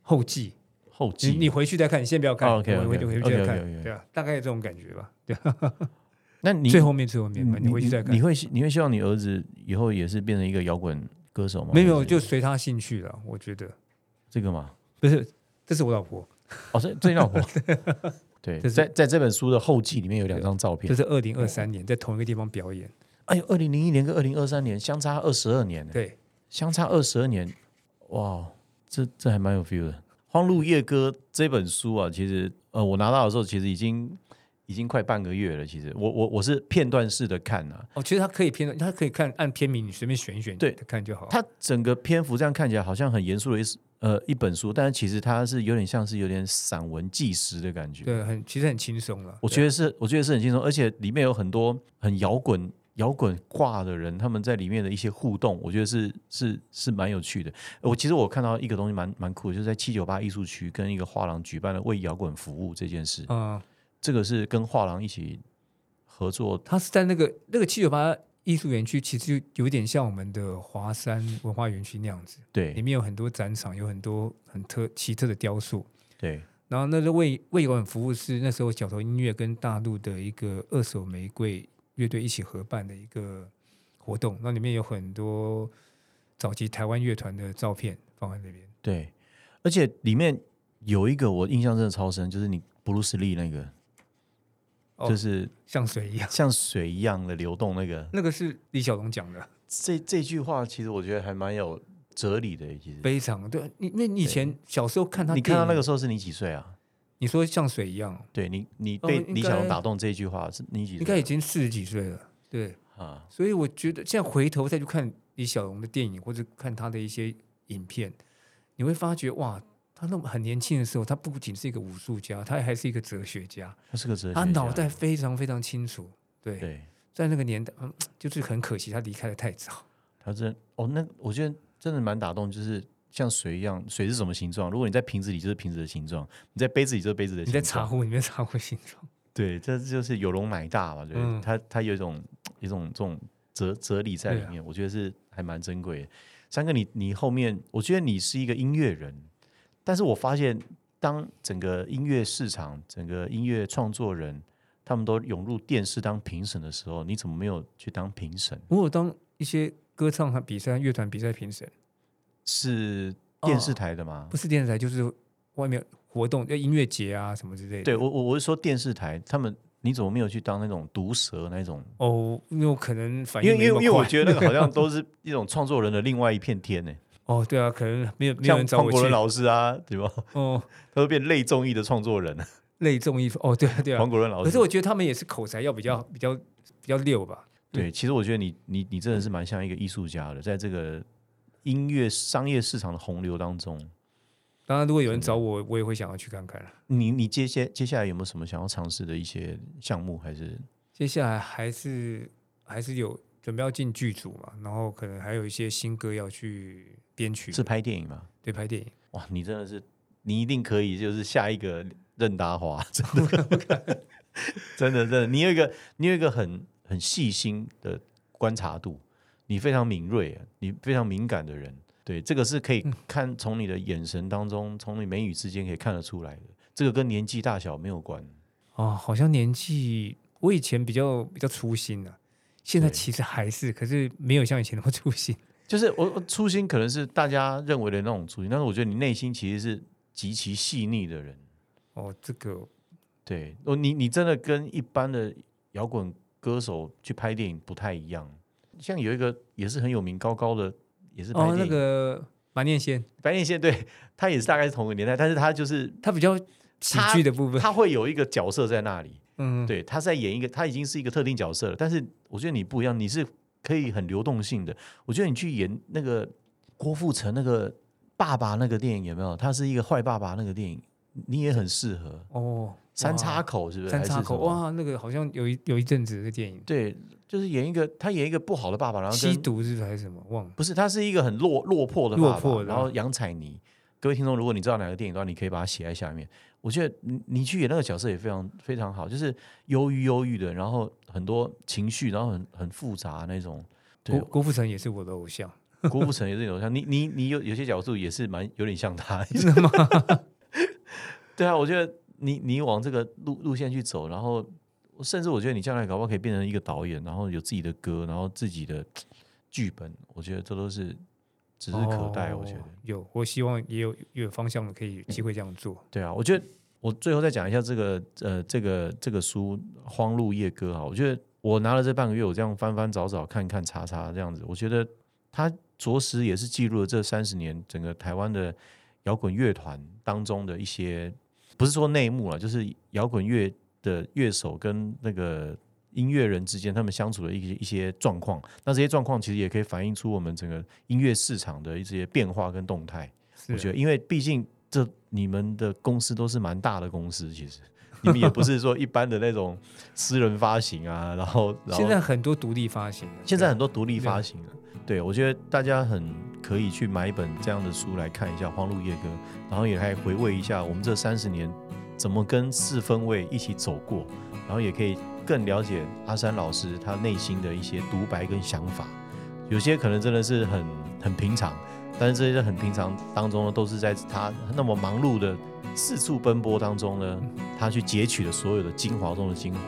Speaker 2: 后记，
Speaker 1: 后
Speaker 2: 你
Speaker 1: 继
Speaker 2: 你回去再看，你先不要看，
Speaker 1: 哦，OK，OK，
Speaker 2: 我回去回去再看
Speaker 1: OK，OK，OK
Speaker 2: 对啊，大概有这种感觉吧。对啊，
Speaker 1: 那你
Speaker 2: 最后面最后面吧，
Speaker 1: 你
Speaker 2: 你回去再
Speaker 1: 你
Speaker 2: 看。
Speaker 1: 会希你会希望你儿子以后也是变成一个摇滚歌手吗？
Speaker 2: 没有，
Speaker 1: 还是
Speaker 2: 就随他兴趣了。我觉得
Speaker 1: 这个嘛。
Speaker 2: 不是，这是我老婆，
Speaker 1: 哦，这这 老婆。对，
Speaker 2: 这是
Speaker 1: 在在这本书的后记里面有两张照
Speaker 2: 这
Speaker 1: 片。
Speaker 2: 是二零二
Speaker 1: 哦
Speaker 2: 三年在同一个地方表演。
Speaker 1: 哎呦，二零零一年跟二零二三年相差二十二年，
Speaker 2: 对，
Speaker 1: 相差二十二年，哇，这这还蛮有 feel 的。《荒路夜歌》这本书啊，其实呃，我拿到的时候其实已经已经快半个月了。其实我我我是片段式的看啊，
Speaker 2: 哦，其实他可以偏，他可以看按片名，你随便选一选，
Speaker 1: 对
Speaker 2: 看就好。
Speaker 1: 它整个篇幅这样看起来好像很严肃的一呃一本书，但是其实它是有点像是有点散文纪实的感觉。
Speaker 2: 对，很其实很轻松了。
Speaker 1: 我觉得是，我觉得是很轻松，而且里面有很多很摇滚、摇滚挂的人，他们在里面的一些互动，我觉得是是是蛮有趣的。我其实我看到一个东西蛮蛮酷的，就是在七九八艺术区跟一个画廊举办了为摇滚服务这件事，
Speaker 2: 嗯，
Speaker 1: 这个是跟画廊一起合作。
Speaker 2: 他是在那个那个七九八艺术园区，其实就有点像我们的华山文化园区那样子，里
Speaker 1: 对
Speaker 2: 面有很多展场，有很多很特奇特的雕塑。
Speaker 1: 对，
Speaker 2: 然后那个为为摇滚服务是那时候角头音乐跟大陆的一个二手玫瑰乐队一起合办的一个活动，那里面有很多早期台湾乐团的照片放在那边。
Speaker 1: 对，而且里面有一个我印象真的超深，就是你布鲁斯利那个，
Speaker 2: 哦
Speaker 1: 就是
Speaker 2: 像水一样。
Speaker 1: 像水一样的流动那 个，
Speaker 2: 那个是李小龙讲的，
Speaker 1: 这这句话其实我觉得还蛮有哲理的，其实。
Speaker 2: 非常对。你那你以前小时候看他，
Speaker 1: 你看到那个，时候是你几岁啊？
Speaker 2: 你说像水一样，
Speaker 1: 对你，你
Speaker 2: 哦
Speaker 1: 被
Speaker 2: 应
Speaker 1: 李小龙
Speaker 2: 该
Speaker 1: 打动这一句话是你几
Speaker 2: 应该已
Speaker 1: 岁
Speaker 2: 经四十几岁了，对。
Speaker 1: 啊？
Speaker 2: 所以我觉得现在回头再去看李小龙的电影或者看他的一些影片，你会发觉哇，他那么很年轻的时候，他不仅是一个武术家，他还是一个哲学家，
Speaker 1: 他是个哲学家，
Speaker 2: 他脑袋非常非常清楚。对，
Speaker 1: 对，
Speaker 2: 在那个年代，嗯，就是很可惜他离开的太早。
Speaker 1: 他真哦，那我觉得真的蛮打动，就是像水一样，水是什么形状？如果你在瓶子里，就是瓶子的形状；你在杯子里，就是杯子的
Speaker 2: 你
Speaker 1: 形
Speaker 2: 在
Speaker 1: 状。
Speaker 2: 茶壶里面茶壶形状，
Speaker 1: 对，这就是有容乃大嘛，对不对，
Speaker 2: 嗯
Speaker 1: 他他有一种一种这种哲哲理在
Speaker 2: 对
Speaker 1: 里
Speaker 2: 啊
Speaker 1: 面，我觉得是还蛮珍贵的。三哥你，你后面，我觉得你是一个音乐人，但是我发现，当整个音乐市场、整个音乐创作人，他们都涌入电视当评审的时候，你怎么没有去当评审？
Speaker 2: 我有当一些歌唱和比赛、乐团比赛评审，
Speaker 1: 是电视
Speaker 2: 哦
Speaker 1: 台的吗？
Speaker 2: 不是电视台就是外面活动，要音乐节啊什么之类的。
Speaker 1: 对我，我我是说电视台，他们你怎么没有去当那种毒蛇那种？
Speaker 2: 哦，因为我可能反
Speaker 1: 因
Speaker 2: 应
Speaker 1: 为因为
Speaker 2: 没那么
Speaker 1: 因为我
Speaker 2: 快
Speaker 1: 觉得那个好像都是一种创作人的另外一片天呢、
Speaker 2: 哦，对啊，可能没有没有
Speaker 1: 像
Speaker 2: 人找
Speaker 1: 黄
Speaker 2: 我
Speaker 1: 国伦
Speaker 2: 去
Speaker 1: 老师啊，对吧？
Speaker 2: 哦。
Speaker 1: 他都变类综艺的创作人，
Speaker 2: 类综艺哦，对啊对啊
Speaker 1: 黄。国伦老师。
Speaker 2: 可是我觉得他们也是口才要比较比较比较溜吧。
Speaker 1: 对，其实我觉得你你你真的是蛮像一个艺术家的，在这个音乐商业市场的洪流当中，
Speaker 2: 当然，如果有人找我，
Speaker 1: 嗯
Speaker 2: 我也会想要去看看啦。
Speaker 1: 你你接接接下来有没有什么想要尝试的一些项目？还是
Speaker 2: 接下来还是还是有准备要进剧组嘛，然后可能还有一些新歌要去编曲，
Speaker 1: 是拍电影吗？
Speaker 2: 对，拍电影。
Speaker 1: 哇，你真的是，你一定可以，就是下一个任达华，真的，真的真的，你有一个你有一个很很细心的观察度，你非常敏锐，你非常敏感的人，对，这个是可以看从你的眼神当中，从你眉宇之间可以看得出来的，这个跟年纪大小没有关，
Speaker 2: 哦，好像年纪，我以前比较比较粗心啊，现在
Speaker 1: 对
Speaker 2: 其实还是，可是没有像以前那么粗心。
Speaker 1: 就是我我初心可能是大家认为的那种初心，但是我觉得你内心其实是极其细腻的人。
Speaker 2: 哦，这个
Speaker 1: 对，哦，你你真的跟一般的摇滚歌手去拍电影不太一样。像有一个也是很有名，高高的也是拍电
Speaker 2: 哦，
Speaker 1: 影，
Speaker 2: 那个马念先，
Speaker 1: 白念先，对他也是大概是同个年代，但是他就是
Speaker 2: 他比较喜
Speaker 1: 他
Speaker 2: 剧的部分，
Speaker 1: 他会有一个角色在那里，
Speaker 2: 嗯，
Speaker 1: 对，他在演一个，他已经是一个特定角色了。但是我觉得你不一样，你是可以很流动性的。我觉得你去演那个郭富城那个爸爸那个电影有没有？他是一个坏爸爸那个电影，你也很适合。
Speaker 2: 哦，
Speaker 1: 三
Speaker 2: 哇
Speaker 1: 叉口是不是？
Speaker 2: 三
Speaker 1: 还是
Speaker 2: 叉
Speaker 1: 什
Speaker 2: 口
Speaker 1: 么
Speaker 2: 哇，那个好像有一有一阵子的电影，
Speaker 1: 对，就是演一个他演一个不好的爸爸，然后跟
Speaker 2: 吸毒是不是还是什么？忘了。
Speaker 1: 不是他是一个很落落魄的爸爸，
Speaker 2: 落魄的
Speaker 1: 然后杨采妮。各位听众，如果你知道哪个电影的话，你可以把它写在下面。我觉得你你去演那个角色也非常非常好，就是忧郁忧郁的，然后很多情绪，然后很很复杂那种。对啊
Speaker 2: 郭，郭富城也是我的偶像，
Speaker 1: 郭富城也是有像你你你有有些角度也是蛮有点像他，
Speaker 2: 真的吗？
Speaker 1: 对啊，我觉得你你往这个路路线去走，然后甚至我觉得你将来搞不好可以变成一个导演，然后有自己的歌，然后自己的剧本，我觉得这都是
Speaker 3: 指日可待。我觉得
Speaker 2: 哦，有，我希望也有也有方向可以有机会这样做。
Speaker 1: 对啊，我觉得我最后再讲一下这个呃，这个这个书《荒路夜歌》啊，我觉得我拿了这半个月，我这样翻翻找找、看看查查这样子，我觉得它着实也是记录了这三十年整个台湾的摇滚乐团当中的一些，不是说内幕了，就是摇滚乐的乐手跟那个。音乐人之间他们相处的一些一些状况，那这些状况其实也可以反映出我们整个音乐市场的一些变化跟动态。
Speaker 2: 是
Speaker 1: 我觉得，因为毕竟这你们的公司都是蛮大的公司，其实你们也不是说一般的那种私人发行啊，然后然后
Speaker 2: 现在很多独立发行的，
Speaker 1: 现在
Speaker 2: 对
Speaker 1: 很多独立发行的，对我觉得大家很可以去买一本这样的书来看一下《荒路夜歌》，然后也还回味一下我们这三十年怎么跟四分卫一起走过，然后也可以更了解阿山老师他内心的一些独白跟想法。有些可能真的是很很平常，但是这些很平常当中呢，都是在他那么忙碌的四处奔波当中呢，他去截取了所有的精华中的精华。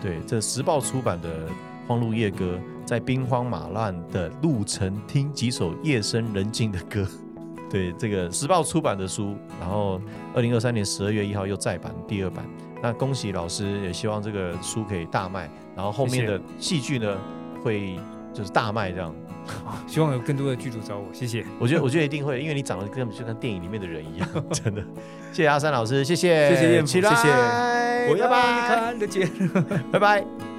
Speaker 1: 对，这时报出版的《荒路夜歌》，在兵荒马乱的路程，听几首夜深人静的歌。 对，这个时报出版的书，然后二零二三年十二月一号又再版第二版。那恭喜老师，也希望这个书可以大卖，然后后面的戏剧呢会就是大卖这样。
Speaker 2: 希望有更多的剧组找我，谢谢，
Speaker 1: 我觉 得，我觉得一定会，因为你长得根本就跟电影里面的人一样，真的。谢谢阿三老师，谢谢，
Speaker 2: 谢谢燕甫
Speaker 1: 起来
Speaker 2: 谢谢
Speaker 1: 拜拜，
Speaker 2: 看得见。
Speaker 1: 拜拜。